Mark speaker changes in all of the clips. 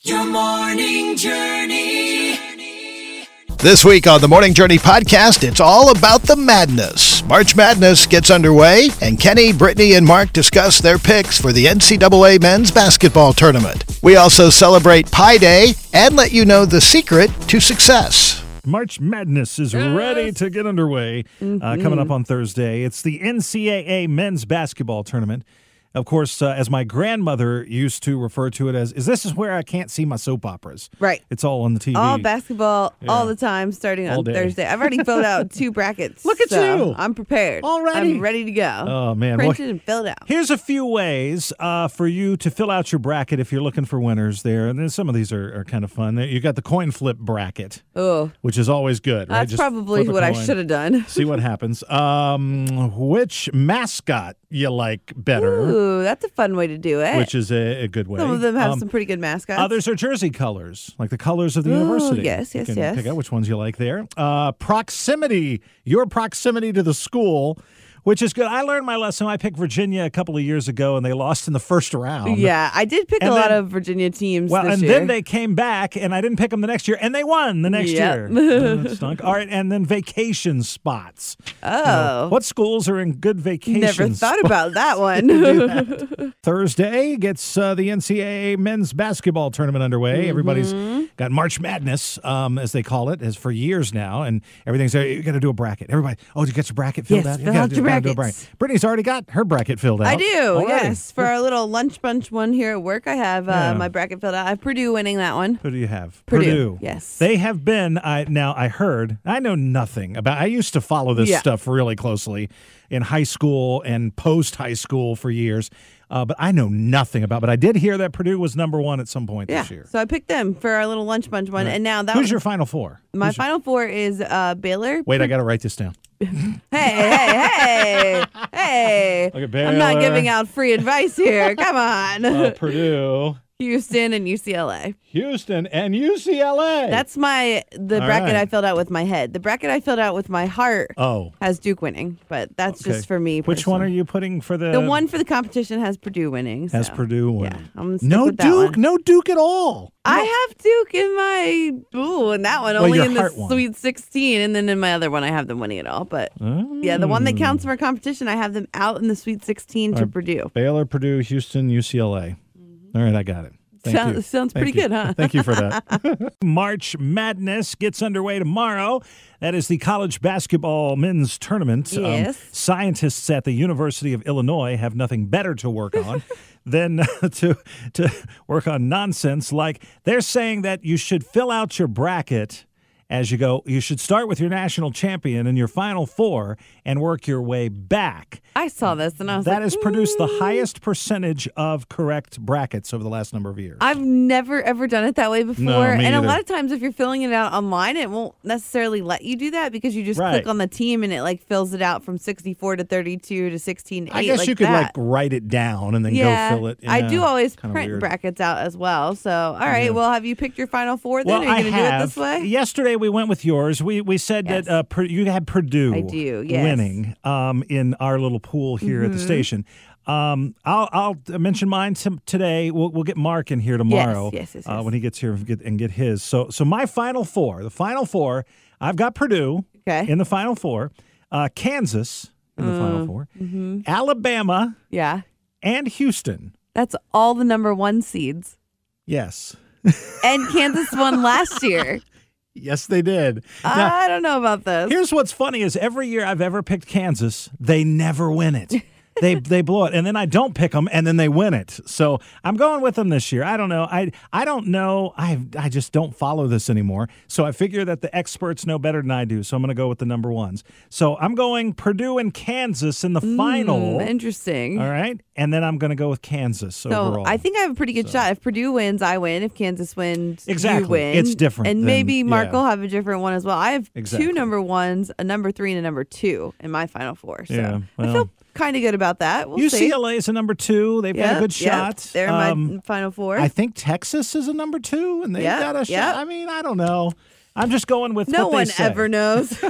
Speaker 1: Your morning journey.
Speaker 2: This week on the Morning Journey podcast, it's all about the madness. March Madness gets underway, and Kenny, Brittany, and Mark discuss their picks for the NCAA men's basketball tournament. We also celebrate Pi Day and let you know the secret to success.
Speaker 3: March Madness is ready to get underway.
Speaker 4: Mm-hmm.
Speaker 3: Uh, coming up on Thursday, it's the NCAA men's basketball tournament. Of course, uh, as my grandmother used to refer to it as, "Is this is where I can't see my soap operas?"
Speaker 4: Right.
Speaker 3: It's all on the TV.
Speaker 4: All basketball, all the time, starting
Speaker 3: All
Speaker 4: on
Speaker 3: day.
Speaker 4: Thursday. I've already filled out two brackets.
Speaker 3: Look at
Speaker 4: so
Speaker 3: you.
Speaker 4: I'm prepared.
Speaker 3: Already.
Speaker 4: I'm ready to go.
Speaker 3: Oh man. Well,
Speaker 4: Printed and filled out.
Speaker 3: Here's a few ways uh, for you to fill out your bracket if you're looking for winners there. And then some of these are, are kind of fun. You got the coin flip bracket,
Speaker 4: Oh,
Speaker 3: which is always good. Right?
Speaker 4: that's
Speaker 3: Just
Speaker 4: probably
Speaker 3: flip a
Speaker 4: what I
Speaker 3: coin.
Speaker 4: should have done.
Speaker 3: See what happens. Um, which mascot you like better?
Speaker 4: Ooh, that's a fun way to do it.
Speaker 3: which is a, a good way.
Speaker 4: Eh, Some of them have
Speaker 3: Um,
Speaker 4: some pretty good mascots.
Speaker 3: Others are jersey colors, like the colors of the
Speaker 4: Oh,
Speaker 3: university.
Speaker 4: yes, yes,
Speaker 3: you can
Speaker 4: yes.
Speaker 3: Pick out which ones you like there. Uh, proximity, your proximity to the school, which is good. I learned my lesson. I picked Virginia a couple of years ago, and they lost in the first round.
Speaker 4: yeah, I did pick a
Speaker 3: um, and
Speaker 4: lot
Speaker 3: then-
Speaker 4: of Virginia teams
Speaker 3: Well,
Speaker 4: this
Speaker 3: and
Speaker 4: year.
Speaker 3: then they came back, and I didn't pick them the next year, and they won the next
Speaker 4: Yep.
Speaker 3: year. That stunk. All right, and then vacation spots.
Speaker 4: oh,
Speaker 3: What schools are in good vacation?
Speaker 4: never thought
Speaker 3: spots?
Speaker 4: about that one.
Speaker 3: Thursday gets uh, the NCAA men's basketball tournament underway.
Speaker 4: Mm-hmm.
Speaker 3: Everybody's got March Madness, um, as they call it, as for years now, and everything's there. You got to do a bracket. Everybody, oh, did you get your bracket filled
Speaker 4: Yes,
Speaker 3: out? You
Speaker 4: fill
Speaker 3: gotta
Speaker 4: out
Speaker 3: do-
Speaker 4: your
Speaker 3: gotta do a
Speaker 4: brackets.
Speaker 3: bracket. Brittany's already got her bracket filled out.
Speaker 4: I do,
Speaker 3: Alrighty.
Speaker 4: yes. For our little lunch bunch one here at work, I have uh,
Speaker 3: Yeah.
Speaker 4: my bracket filled out. I have Purdue winning that one.
Speaker 3: Who do you have?
Speaker 4: Purdue, yes.
Speaker 3: They have been. I now I heard. I know nothing about. I used to follow this
Speaker 4: Yeah.
Speaker 3: stuff really closely in high school and post high school for years, uh, but I know nothing about. But I did hear that Purdue was number one at some point
Speaker 4: Yeah,
Speaker 3: this year.
Speaker 4: so um, I picked them for our little lunch bunch one, and now that
Speaker 3: Who's
Speaker 4: one-
Speaker 3: your final four?
Speaker 4: my
Speaker 3: Who's your-
Speaker 4: final four is uh, Baylor.
Speaker 3: Wait, I got to write this down.
Speaker 4: Hey, hey, hey, hey!
Speaker 3: Look at
Speaker 4: I'm not
Speaker 3: Baylor.
Speaker 4: giving out free advice here. Come on,
Speaker 3: Uh, Purdue,
Speaker 4: Houston and UCLA.
Speaker 3: Houston, and UCLA.
Speaker 4: That's my the
Speaker 3: All
Speaker 4: bracket
Speaker 3: right.
Speaker 4: I filled out with my head. The bracket I filled out with my heart
Speaker 3: oh.
Speaker 4: has Duke winning, but that's
Speaker 3: okay.
Speaker 4: just for me.
Speaker 3: Which one are
Speaker 4: personally.
Speaker 3: you putting for the
Speaker 4: The one for the competition has Purdue winning.
Speaker 3: as
Speaker 4: so.
Speaker 3: Purdue one?
Speaker 4: Yeah, I'm gonna stick
Speaker 3: no
Speaker 4: with that
Speaker 3: Duke,
Speaker 4: one.
Speaker 3: no Duke at all.
Speaker 4: I have Duke in my ooh, and that one
Speaker 3: Well,
Speaker 4: only
Speaker 3: your
Speaker 4: in the
Speaker 3: heart one.
Speaker 4: Sweet Sixteen, and then in my other one I have them winning it all. But yeah, the one that
Speaker 3: Mm.
Speaker 4: counts for competition, I have them out in the Sweet Sixteen to
Speaker 3: Or-
Speaker 4: Purdue.
Speaker 3: Baylor, Purdue, Houston, UCLA. All right, I got it. Thank
Speaker 4: Mm-hmm. Sound-
Speaker 3: you.
Speaker 4: sounds
Speaker 3: Thank
Speaker 4: pretty
Speaker 3: you.
Speaker 4: good, huh?
Speaker 3: Thank you for that. March Madness gets underway tomorrow. That is the college basketball men's tournament. Um,
Speaker 4: Yes.
Speaker 3: scientists at the University of Illinois have nothing better to work on than to to work on nonsense like they're saying that you should fill out your bracket as you go. You should start with your national champion and your final four and work your way back.
Speaker 4: I saw this and I was
Speaker 3: That
Speaker 4: like, "Hmm,
Speaker 3: has produced the highest percentage of correct brackets over the last number of years.
Speaker 4: I've never ever done it that way before. and
Speaker 3: me
Speaker 4: a
Speaker 3: either.
Speaker 4: lot of times if you're filling it out online, it won't necessarily let you do that because you just
Speaker 3: Right.
Speaker 4: click on the team and it like fills it out from 64 to 32 to 16
Speaker 3: I guess
Speaker 4: like
Speaker 3: you could
Speaker 4: that.
Speaker 3: like write it down and then
Speaker 4: yeah,
Speaker 3: go fill it.
Speaker 4: I
Speaker 3: Yeah,
Speaker 4: do always
Speaker 3: kinda
Speaker 4: print
Speaker 3: weird.
Speaker 4: brackets out as well. So, all right, well, have you picked your final four then?
Speaker 3: Well,
Speaker 4: Are you
Speaker 3: I
Speaker 4: gonna
Speaker 3: have.
Speaker 4: do it this way?
Speaker 3: Yesterday we went with yours. We we said
Speaker 4: Yes.
Speaker 3: that uh, Pur- you had Purdue.
Speaker 4: I do, yes. Mm-hmm.
Speaker 3: Winning um, in our little pool here at the station. Um, I'll I'll mention mine to today. We'll, we'll get Mark in here tomorrow
Speaker 4: yes, yes,
Speaker 3: Uh,
Speaker 4: yes.
Speaker 3: when he gets here and get, and get his. So so my final four. The final four. I've got Purdue.
Speaker 4: Okay.
Speaker 3: In the final four, uh, Kansas in the final 4 Alabama
Speaker 4: Yeah.
Speaker 3: and Houston.
Speaker 4: That's all the number one seeds.
Speaker 3: Yes.
Speaker 4: And Kansas won last year.
Speaker 3: Yes, they did. Now,
Speaker 4: I don't know about this.
Speaker 3: Here's what's funny is every year I've ever picked Kansas, they never win it. They they blow it, and then I don't pick them, and then they win it. So I'm going with them this year. I don't know. I I don't know. I I just don't follow this anymore. So I figure that the experts know better than I do. So I'm going to go with the number ones. So I'm going Purdue and Kansas in the final.
Speaker 4: Hmm, interesting.
Speaker 3: All right, and then I'm going to go with Kansas
Speaker 4: So
Speaker 3: overall.
Speaker 4: I think I have a pretty good shot. If Purdue wins, I win. If Kansas wins,
Speaker 3: Exactly.
Speaker 4: you win.
Speaker 3: It's different
Speaker 4: And
Speaker 3: than-
Speaker 4: maybe Mark
Speaker 3: yeah.
Speaker 4: will have a different one as well. I have
Speaker 3: Exactly.
Speaker 4: two number ones, a number three and a number two in my final four. So
Speaker 3: Yeah,
Speaker 4: I
Speaker 3: well.
Speaker 4: feel kind of good about that. We'll see.
Speaker 3: UCLA is a number two. They've got
Speaker 4: Yeah,
Speaker 3: a good
Speaker 4: yeah.
Speaker 3: shot.
Speaker 4: They're
Speaker 3: Um,
Speaker 4: my final four.
Speaker 3: I think Texas is a number two, and they
Speaker 4: Yeah,
Speaker 3: got a shot.
Speaker 4: yeah.
Speaker 3: I mean, I don't know. I'm just going with
Speaker 4: No
Speaker 3: what they
Speaker 4: one
Speaker 3: say.
Speaker 4: ever knows.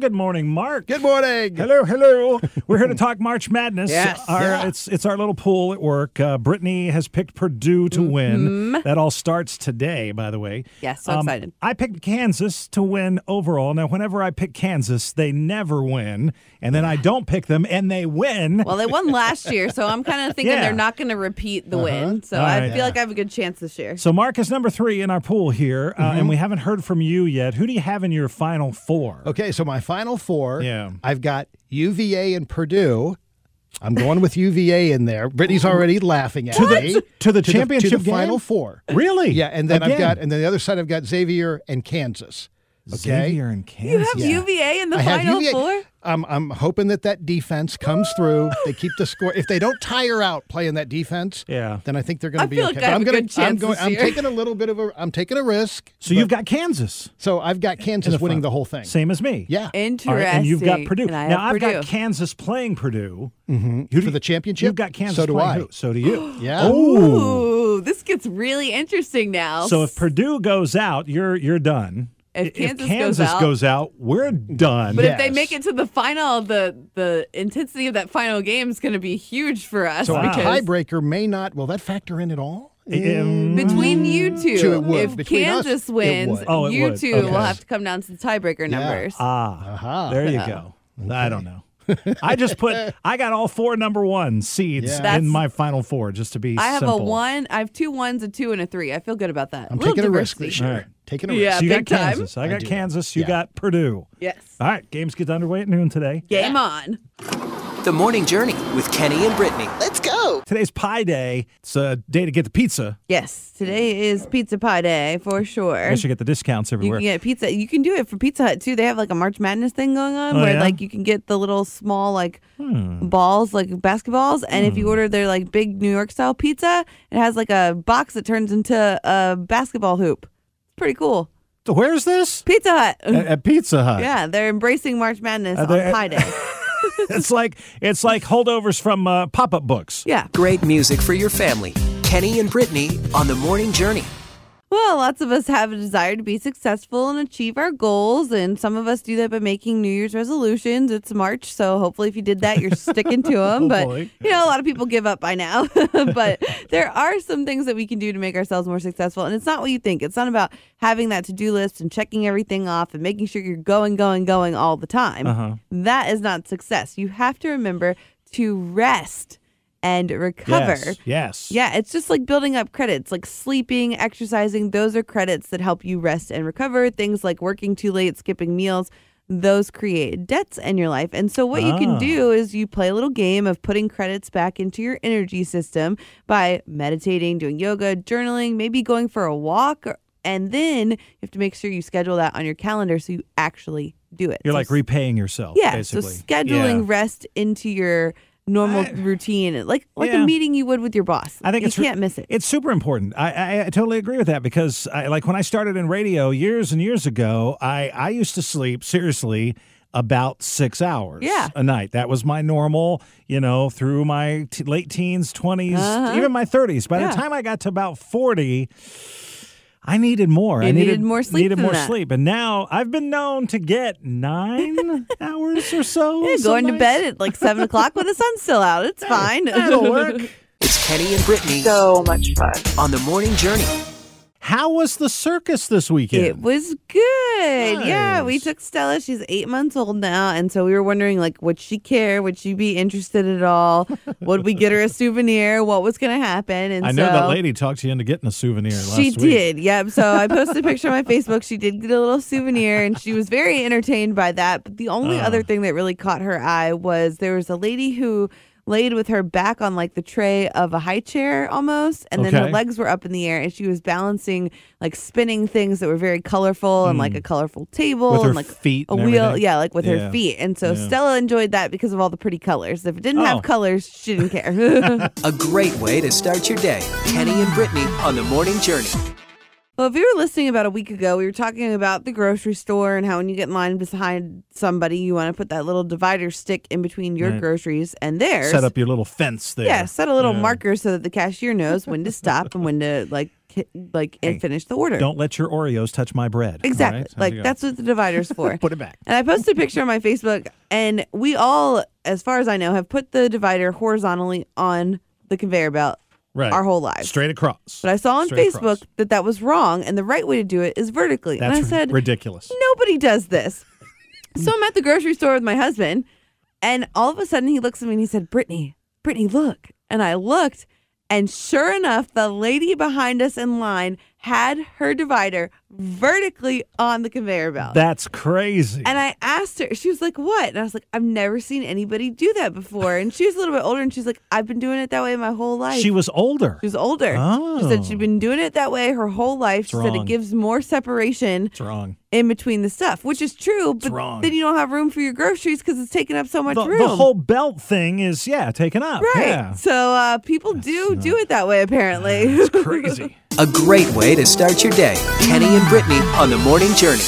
Speaker 3: Good morning, Mark.
Speaker 2: Good morning.
Speaker 3: Hello, hello. We're here to talk March Madness.
Speaker 4: Yes.
Speaker 3: Our- It's it's our little pool at work. Uh, Brittany has picked Purdue to win. That all starts today, by the way.
Speaker 4: Mm-hmm.
Speaker 3: Um,
Speaker 4: Yes, so excited.
Speaker 3: I picked Kansas to win overall. Now, whenever I pick Kansas, they never win, and then I don't pick them, and they win.
Speaker 4: well, they won last year, so I'm kind of thinking
Speaker 3: Yeah. Uh-huh.
Speaker 4: they're not going to repeat the win. So
Speaker 3: All
Speaker 4: I
Speaker 3: right.
Speaker 4: feel like I have a good chance this year.
Speaker 3: so Mark is number three in our pool here, uh,
Speaker 2: Mm-hmm.
Speaker 3: and we haven't heard from you yet. Who do you have in your final four?
Speaker 2: Okay, so my final four.
Speaker 3: Yeah.
Speaker 2: I've got UVA and Purdue. I'm going with UVA in there. Brittany's already laughing at me.
Speaker 3: to the
Speaker 2: to
Speaker 3: championship
Speaker 2: the, to the
Speaker 3: game?
Speaker 2: final four.
Speaker 3: Really?
Speaker 2: Yeah, and then I've
Speaker 3: Again.
Speaker 2: got, and then the other side I've got Xavier and Kansas. Okay,
Speaker 3: Xavier in Kansas.
Speaker 4: you have UVA in the
Speaker 2: I have
Speaker 4: final
Speaker 2: UVA.
Speaker 4: four?
Speaker 2: I'm I'm hoping that that defense comes through. They keep the score. If they don't tire out playing that defense,
Speaker 3: Yeah.
Speaker 2: then I think they're going
Speaker 4: I
Speaker 2: to be
Speaker 4: feel
Speaker 2: okay.
Speaker 4: like I
Speaker 2: But
Speaker 4: have
Speaker 2: I'm
Speaker 4: a
Speaker 2: gonna-
Speaker 4: good
Speaker 2: I'm
Speaker 4: chance
Speaker 2: going.
Speaker 4: this
Speaker 2: I'm
Speaker 4: year.
Speaker 2: taking a little bit of a. I'm taking a risk.
Speaker 3: So you've got Kansas.
Speaker 2: So I've got Kansas winning the whole thing.
Speaker 3: Same as me.
Speaker 2: Yeah,
Speaker 4: Interesting.
Speaker 3: All right, and you've got Purdue.
Speaker 4: And I have
Speaker 3: now I've
Speaker 4: Purdue.
Speaker 3: got Kansas playing Purdue.
Speaker 2: Mm-hmm. for the championship.
Speaker 3: You've got Kansas
Speaker 2: So do
Speaker 3: playing
Speaker 2: I.
Speaker 3: who? So do you.
Speaker 2: Yeah.
Speaker 3: Oh.
Speaker 4: Ooh, this gets really interesting now.
Speaker 3: So if Purdue goes out, you're you're done.
Speaker 4: If
Speaker 3: I-
Speaker 4: Kansas goes
Speaker 3: Kansas
Speaker 4: out-
Speaker 3: we're done.
Speaker 4: but
Speaker 2: Yeah.
Speaker 4: if they
Speaker 2: yes.
Speaker 4: make it to the final, the the intensity of that final game is going to be huge for us.
Speaker 2: So
Speaker 3: Wow.
Speaker 2: a
Speaker 4: because
Speaker 2: tiebreaker may not. Will that factor in at all?
Speaker 3: Um,
Speaker 4: between you two,
Speaker 2: Two, Mm. it would.
Speaker 4: if
Speaker 2: Between us,
Speaker 4: Kansas
Speaker 2: it
Speaker 4: wins,
Speaker 2: would.
Speaker 3: Oh, it
Speaker 4: you
Speaker 3: would.
Speaker 4: two
Speaker 3: Okay.
Speaker 4: will have to come down to the tiebreaker numbers.
Speaker 3: ah,
Speaker 2: Aha.
Speaker 3: there you go. I don't know. I just put I got all four number one seeds
Speaker 2: Yeah.
Speaker 4: That's-
Speaker 3: in my final four just to be
Speaker 4: I have
Speaker 3: simple.
Speaker 4: a one. I have two ones, a two, and a three. I feel good about that.
Speaker 2: I'm
Speaker 4: Little
Speaker 2: taking a risk
Speaker 4: diversity.
Speaker 2: this year.
Speaker 3: All right.
Speaker 2: Taking a
Speaker 4: Yeah.
Speaker 2: risk.
Speaker 3: So you got
Speaker 4: big time.
Speaker 3: Kansas. I
Speaker 2: I
Speaker 3: got
Speaker 2: do.
Speaker 3: Kansas. You
Speaker 2: Yeah.
Speaker 3: got Purdue.
Speaker 4: Yes.
Speaker 3: All right, games get underway at noon today.
Speaker 4: Game on.
Speaker 1: The Morning Journey with Kenny and Brittany.
Speaker 3: Today's Pie Day. It's a day to get the pizza.
Speaker 4: Yes. Today is pizza pie day for sure.
Speaker 3: I guess you get the discounts
Speaker 4: You
Speaker 3: everywhere.
Speaker 4: can get pizza. You can do it for Pizza Hut too. They have like a March Madness thing going on
Speaker 3: Oh,
Speaker 4: where
Speaker 3: yeah? Hmm.
Speaker 4: like you can get the little small like balls, like basketballs, and if you order their like big New York style pizza, it has like a box that turns into a basketball hoop. It's pretty cool.
Speaker 3: Where's this?
Speaker 4: Pizza Hut.
Speaker 3: At, at Pizza Hut.
Speaker 4: yeah, they're embracing March Madness
Speaker 3: Are
Speaker 4: on
Speaker 3: they-
Speaker 4: Pie Day.
Speaker 3: It's like it's like holdovers from uh, pop-up books.
Speaker 4: yeah.
Speaker 1: Great music for your family. Kenny and Brittany on The Morning Journey.
Speaker 4: Well, lots of us have a desire to be successful and achieve our goals, and some of us do that by making New Year's resolutions. It's March, so hopefully, if you did that, you're sticking to them. But
Speaker 3: Hopefully.
Speaker 4: you know, a lot of people give up by now. but there are some things that we can do to make ourselves more successful, and it's not what you think. It's not about having that to do list and checking everything off and making sure you're going, going, going all the time. That is not success. You have to remember to rest and recover.
Speaker 3: Yes. Yes.
Speaker 4: Yeah, it's just like building up credits, like sleeping, exercising. Those are credits that help you rest and recover. Things like working too late, skipping meals, those create debts in your life. And so, what you
Speaker 3: Ah.
Speaker 4: can do is you play a little game of putting credits back into your energy system by meditating, doing yoga, journaling, maybe going for a walk. Or, and then you have to make sure you schedule that on your calendar so you actually do it.
Speaker 3: You're
Speaker 4: So
Speaker 3: like repaying yourself.
Speaker 4: yeah,
Speaker 3: Basically.
Speaker 4: so scheduling
Speaker 3: Yeah.
Speaker 4: rest into your normal
Speaker 3: I-
Speaker 4: routine, like like
Speaker 3: Yeah.
Speaker 4: a meeting you would with your boss.
Speaker 3: I think
Speaker 4: you
Speaker 3: it's re-
Speaker 4: can't miss it.
Speaker 3: It's super important. I, I, I totally agree with that because, I, like, when I started in radio years and years ago, I, I used to sleep seriously about six hours
Speaker 4: Yeah.
Speaker 3: a night. That was my normal, you know, through my t- late teens, 20s,
Speaker 4: Uh-huh.
Speaker 3: even my 30s. By
Speaker 4: Yeah.
Speaker 3: the time I got to about 40, I needed more.
Speaker 4: You
Speaker 3: I
Speaker 4: needed more sleep
Speaker 3: Needed
Speaker 4: than
Speaker 3: more
Speaker 4: that.
Speaker 3: sleep, and now I've been known to get nine hours or so.
Speaker 4: Yeah,
Speaker 3: some
Speaker 4: going to
Speaker 3: nights.
Speaker 4: bed at like seven o'clock when the sun's still out. It's fine.
Speaker 3: That'll work.
Speaker 1: It's Kenny and Brittany
Speaker 5: so much fun.
Speaker 1: on The Morning Journey.
Speaker 3: How was the circus this weekend?
Speaker 4: It was good. Yeah, we
Speaker 3: Nice.
Speaker 4: took Stella. She's eight months old now, and so we were wondering, like, would she care? Would she be interested at all? Would we get her a souvenir? What was going to happen? And
Speaker 3: I know
Speaker 4: so-
Speaker 3: that lady talked you into getting a souvenir last
Speaker 4: She
Speaker 3: week.
Speaker 4: did, yep. So I posted a picture on my Facebook. She did get a little souvenir, and she was very entertained by that. But the only
Speaker 3: Uh-huh.
Speaker 4: other thing that really caught her eye was there was a lady who laid with her back on like the tray of a high chair almost, and then her
Speaker 3: Okay.
Speaker 4: legs were up in the air, and she was balancing like spinning things that were very colorful and like a colorful table
Speaker 3: Hmm. With her
Speaker 4: and like
Speaker 3: feet
Speaker 4: a
Speaker 3: and
Speaker 4: wheel,
Speaker 3: everything.
Speaker 4: yeah, like with
Speaker 3: Yeah.
Speaker 4: her feet. And so
Speaker 3: Yeah.
Speaker 4: Stella enjoyed that because of all the pretty colors. If it didn't
Speaker 3: Oh.
Speaker 4: have colors, she didn't care.
Speaker 1: A great way to start your day. Kenny and Brittany on The Morning Journey.
Speaker 4: Well, if you were listening about a week ago, we were talking about the grocery store and how when you get in line behind somebody, you want to put that little divider stick in between your
Speaker 3: Right.
Speaker 4: groceries and theirs.
Speaker 3: Set up your little fence there.
Speaker 4: yeah, set a little
Speaker 3: Yeah.
Speaker 4: marker so that the cashier knows when to stop and when to like ki- like and finish the order.
Speaker 3: Don't let your Oreos touch my bread. all
Speaker 4: Exactly.
Speaker 3: right? How's it
Speaker 4: Like
Speaker 3: go?
Speaker 4: that's what the divider's for.
Speaker 3: Put it back.
Speaker 4: And I posted a picture on my Facebook, and we all, as far as I know, have put the divider horizontally on the conveyor belt
Speaker 3: Right.
Speaker 4: our whole lives.
Speaker 3: Straight across.
Speaker 4: but I saw on
Speaker 3: Straight
Speaker 4: Facebook
Speaker 3: across.
Speaker 4: that that was wrong, and the right way to do it is vertically.
Speaker 3: That's
Speaker 4: and I said,
Speaker 3: ridiculous.
Speaker 4: nobody does this. So I'm at the grocery store with my husband, and all of a sudden he looks at me and he said, Brittany, Brittany, look. And I looked, and sure enough, the lady behind us in line had her divider vertically on the conveyor belt.
Speaker 3: That's crazy.
Speaker 4: And I asked her, she was like, What? And I was like, I've never seen anybody do that before. And she was a little bit older and she's like, I've been doing it that way my whole life.
Speaker 3: she was older.
Speaker 4: She was older. She
Speaker 3: Oh.
Speaker 4: said she'd been doing it that way her whole life. she said
Speaker 3: wrong.
Speaker 4: it gives more separation
Speaker 3: it's wrong.
Speaker 4: in between the stuff, which is true, but
Speaker 3: wrong.
Speaker 4: then you don't have room for your groceries because it's taking up so much
Speaker 3: The,
Speaker 4: room.
Speaker 3: the whole belt thing is yeah taken up.
Speaker 4: right.
Speaker 3: Yeah.
Speaker 4: So uh, people do do it that way, apparently.
Speaker 3: It's crazy.
Speaker 1: A great way to start your day. Kenny and Brittany on the morning journey.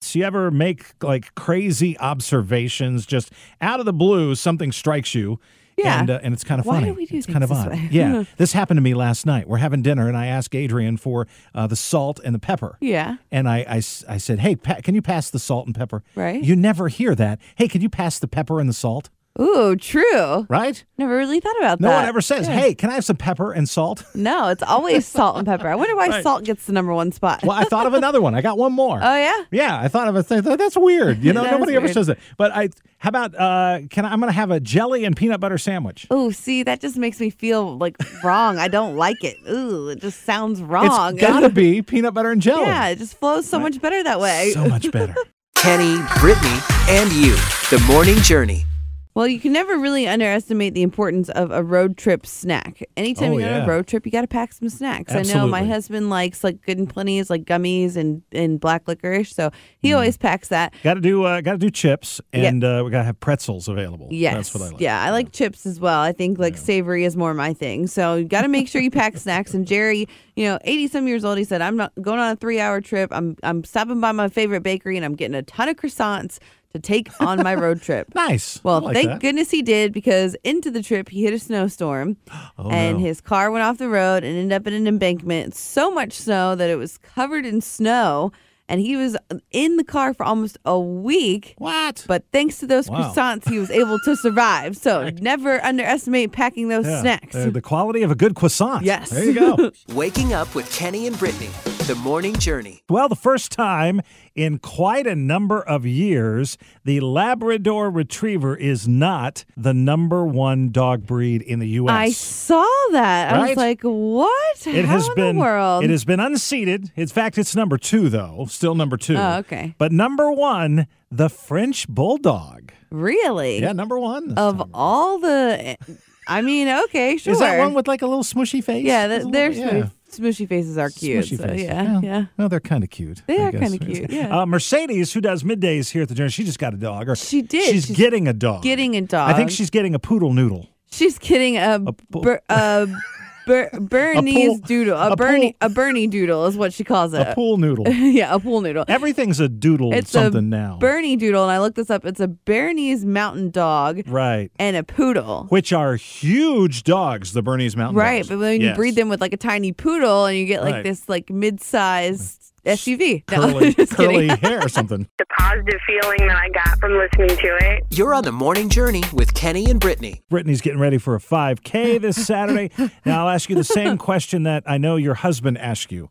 Speaker 3: Do you ever make like crazy observations just out of the blue? Something strikes you.
Speaker 4: Yeah.
Speaker 3: And, uh, and it's kind of
Speaker 4: Why
Speaker 3: funny.
Speaker 4: do we do
Speaker 3: it's
Speaker 4: things
Speaker 3: kind of
Speaker 4: this
Speaker 3: odd.
Speaker 4: way?
Speaker 3: yeah. This happened to me last night. We're having dinner, and I asked Adrian for uh, the salt and the pepper.
Speaker 4: Yeah.
Speaker 3: And I, I s- I said, hey, pa- can you pass the salt and pepper?
Speaker 4: Right.
Speaker 3: You never hear that. Hey, can you pass the pepper and the salt?
Speaker 4: Ooh, true.
Speaker 3: Right?
Speaker 4: Never really thought about
Speaker 3: No
Speaker 4: that.
Speaker 3: one ever says, hey, can I have some pepper and salt?
Speaker 4: No, it's always salt and pepper. I wonder why
Speaker 3: Right.
Speaker 4: salt gets the number one spot.
Speaker 3: Well, I thought of another one. I got one more.
Speaker 4: Oh, yeah?
Speaker 3: Yeah, I thought of a thing. That's weird. You know,
Speaker 4: That is
Speaker 3: nobody ever
Speaker 4: weird.
Speaker 3: says that. But I, how about uh, can I, I'm going to have a jelly and peanut butter sandwich?
Speaker 4: Oh, see, that just makes me feel like wrong. I don't like it. Ooh, it just sounds wrong.
Speaker 3: It's got to be peanut butter and jelly.
Speaker 4: yeah, it just flows so much better that way.
Speaker 3: so much better.
Speaker 1: Kenny, Brittany, and you. The morning journey.
Speaker 4: well, you can never really underestimate the importance of a road trip snack. Anytime
Speaker 3: Oh,
Speaker 4: you're on
Speaker 3: yeah.
Speaker 4: a road trip, you got to pack some snacks. I know my
Speaker 3: Absolutely.
Speaker 4: husband likes like good and plenty's, like gummies and and black licorice, so he
Speaker 3: Mm.
Speaker 4: always packs that.
Speaker 3: got to do, uh, got to do chips,
Speaker 4: Yeah.
Speaker 3: and uh, we got to have pretzels available.
Speaker 4: Yes.
Speaker 3: that's what I like.
Speaker 4: Yeah, I like chips as well. I think like savory is more my thing. So you got to make sure you pack snacks. And Jerry, you know, eighty some years old, he said, "I'm not going on a three hour trip. I'm I'm stopping by my favorite bakery and I'm getting a ton of croissants to take on my road trip."
Speaker 3: Nice. I
Speaker 4: Well,
Speaker 3: like
Speaker 4: thank
Speaker 3: that.
Speaker 4: goodness he did because into the trip he hit a snowstorm and
Speaker 3: Oh, no.
Speaker 4: his car went off the road and ended up in an embankment. So much snow that it was covered in snow and he was in the car for almost a week.
Speaker 3: What?
Speaker 4: But thanks to those
Speaker 3: Wow.
Speaker 4: croissants, he was able to survive. So never underestimate packing those
Speaker 3: Yeah.
Speaker 4: snacks.
Speaker 3: Uh, the quality of a good croissant.
Speaker 4: Yes.
Speaker 3: There you go.
Speaker 1: Waking up with Kenny and Brittany. The morning journey.
Speaker 3: Well, the first time in quite a number of years, the Labrador Retriever is not the number one dog breed in the U.S.
Speaker 4: I saw that. I
Speaker 3: Right?
Speaker 4: was like, what?
Speaker 3: it
Speaker 4: How
Speaker 3: has
Speaker 4: in
Speaker 3: been
Speaker 4: the world?
Speaker 3: it has been unseated. In fact, it's number two though, still number two.
Speaker 4: Oh, okay.
Speaker 3: But number one, the French Bulldog.
Speaker 4: really
Speaker 3: Yeah, number one this
Speaker 4: of
Speaker 3: time.
Speaker 4: all the. I mean, okay, sure.
Speaker 3: Is that one with like a little smushy face?
Speaker 4: yeah,
Speaker 3: It's a little-
Speaker 4: that, their
Speaker 3: yeah.
Speaker 4: smoo- smooshy faces are cute.
Speaker 3: Smushy
Speaker 4: so,
Speaker 3: faces.
Speaker 4: uh, yeah, yeah.
Speaker 3: No, they're kind of cute.
Speaker 4: They
Speaker 3: I
Speaker 4: are
Speaker 3: guess.
Speaker 4: kinda cute, yeah.
Speaker 3: Uh, Mercedes, who does middays here at the journey, she just got a dog. Or
Speaker 4: She did.
Speaker 3: She's,
Speaker 4: She's
Speaker 3: getting a dog.
Speaker 4: getting a
Speaker 3: I think
Speaker 4: dog.
Speaker 3: she's getting a poodle noodle.
Speaker 4: She's kidding. A,
Speaker 3: bu-
Speaker 4: Ber- a Ber- Bernese doodle.
Speaker 3: a
Speaker 4: A,
Speaker 3: pool-
Speaker 4: Bernie. A Bernie doodle is what she calls it.
Speaker 3: A pool noodle.
Speaker 4: yeah, a pool noodle.
Speaker 3: Everything's a doodle
Speaker 4: It's
Speaker 3: something
Speaker 4: a
Speaker 3: now.
Speaker 4: Bernie Doodle, and I looked this up. It's a Bernese Mountain Dog
Speaker 3: right.
Speaker 4: and a poodle.
Speaker 3: Which are huge dogs, the Bernese Mountain
Speaker 4: right,
Speaker 3: dogs.
Speaker 4: but when you
Speaker 3: Yes.
Speaker 4: breed them with like a tiny poodle, and you get like
Speaker 3: Right.
Speaker 4: this like mid-sized SUV.
Speaker 3: curly,
Speaker 4: no, just
Speaker 3: curly
Speaker 4: kidding.
Speaker 3: hair or something.
Speaker 5: the positive feeling that I got from listening to it.
Speaker 1: You're on the morning journey with Kenny and Brittany.
Speaker 3: Brittany's getting ready for a 5K this Saturday. now I'll ask you the same question that I know your husband asked you.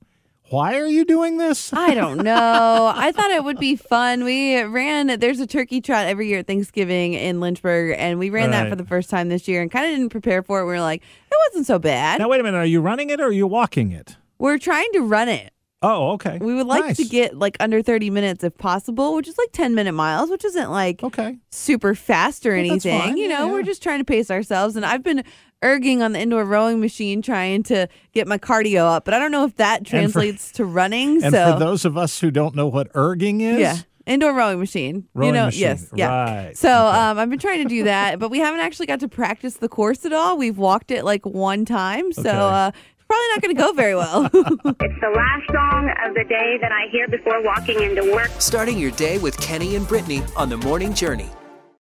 Speaker 3: Why are you doing this?
Speaker 4: I don't know. I thought it would be fun. We ran, there's a turkey trot every year at Thanksgiving in Lynchburg, and we ran
Speaker 3: Right.
Speaker 4: that for the first time this year and kind of didn't prepare for it. We were like, it wasn't so bad.
Speaker 3: Now wait a minute. Are you running it or are you walking it?
Speaker 4: We're trying to run it.
Speaker 3: Oh, okay.
Speaker 4: We would like
Speaker 3: Nice.
Speaker 4: to get like under 30 minutes if possible, which is like 10 minute miles, which isn't like
Speaker 3: okay.
Speaker 4: super fast or
Speaker 3: Well, that's
Speaker 4: anything.
Speaker 3: fine.
Speaker 4: You know,
Speaker 3: Yeah,
Speaker 4: we're
Speaker 3: yeah.
Speaker 4: just trying to pace ourselves. And I've been erging on the indoor rowing machine trying to get my cardio up, but I don't know if that translates to running.
Speaker 3: And
Speaker 4: so
Speaker 3: for those of us who don't know what erging is,
Speaker 4: yeah. Indoor rowing machine.
Speaker 3: Rowing
Speaker 4: you know,
Speaker 3: machine.
Speaker 4: yes. Yeah.
Speaker 3: Right.
Speaker 4: So um, I've been trying to do that, but we haven't actually got to practice the course at all. We've walked it like one time. So
Speaker 3: Okay.
Speaker 4: uh, it's probably not going to go very well.
Speaker 5: It's the last song of the day that I hear before walking into work.
Speaker 1: Starting your day with Kenny and Brittany on the morning journey.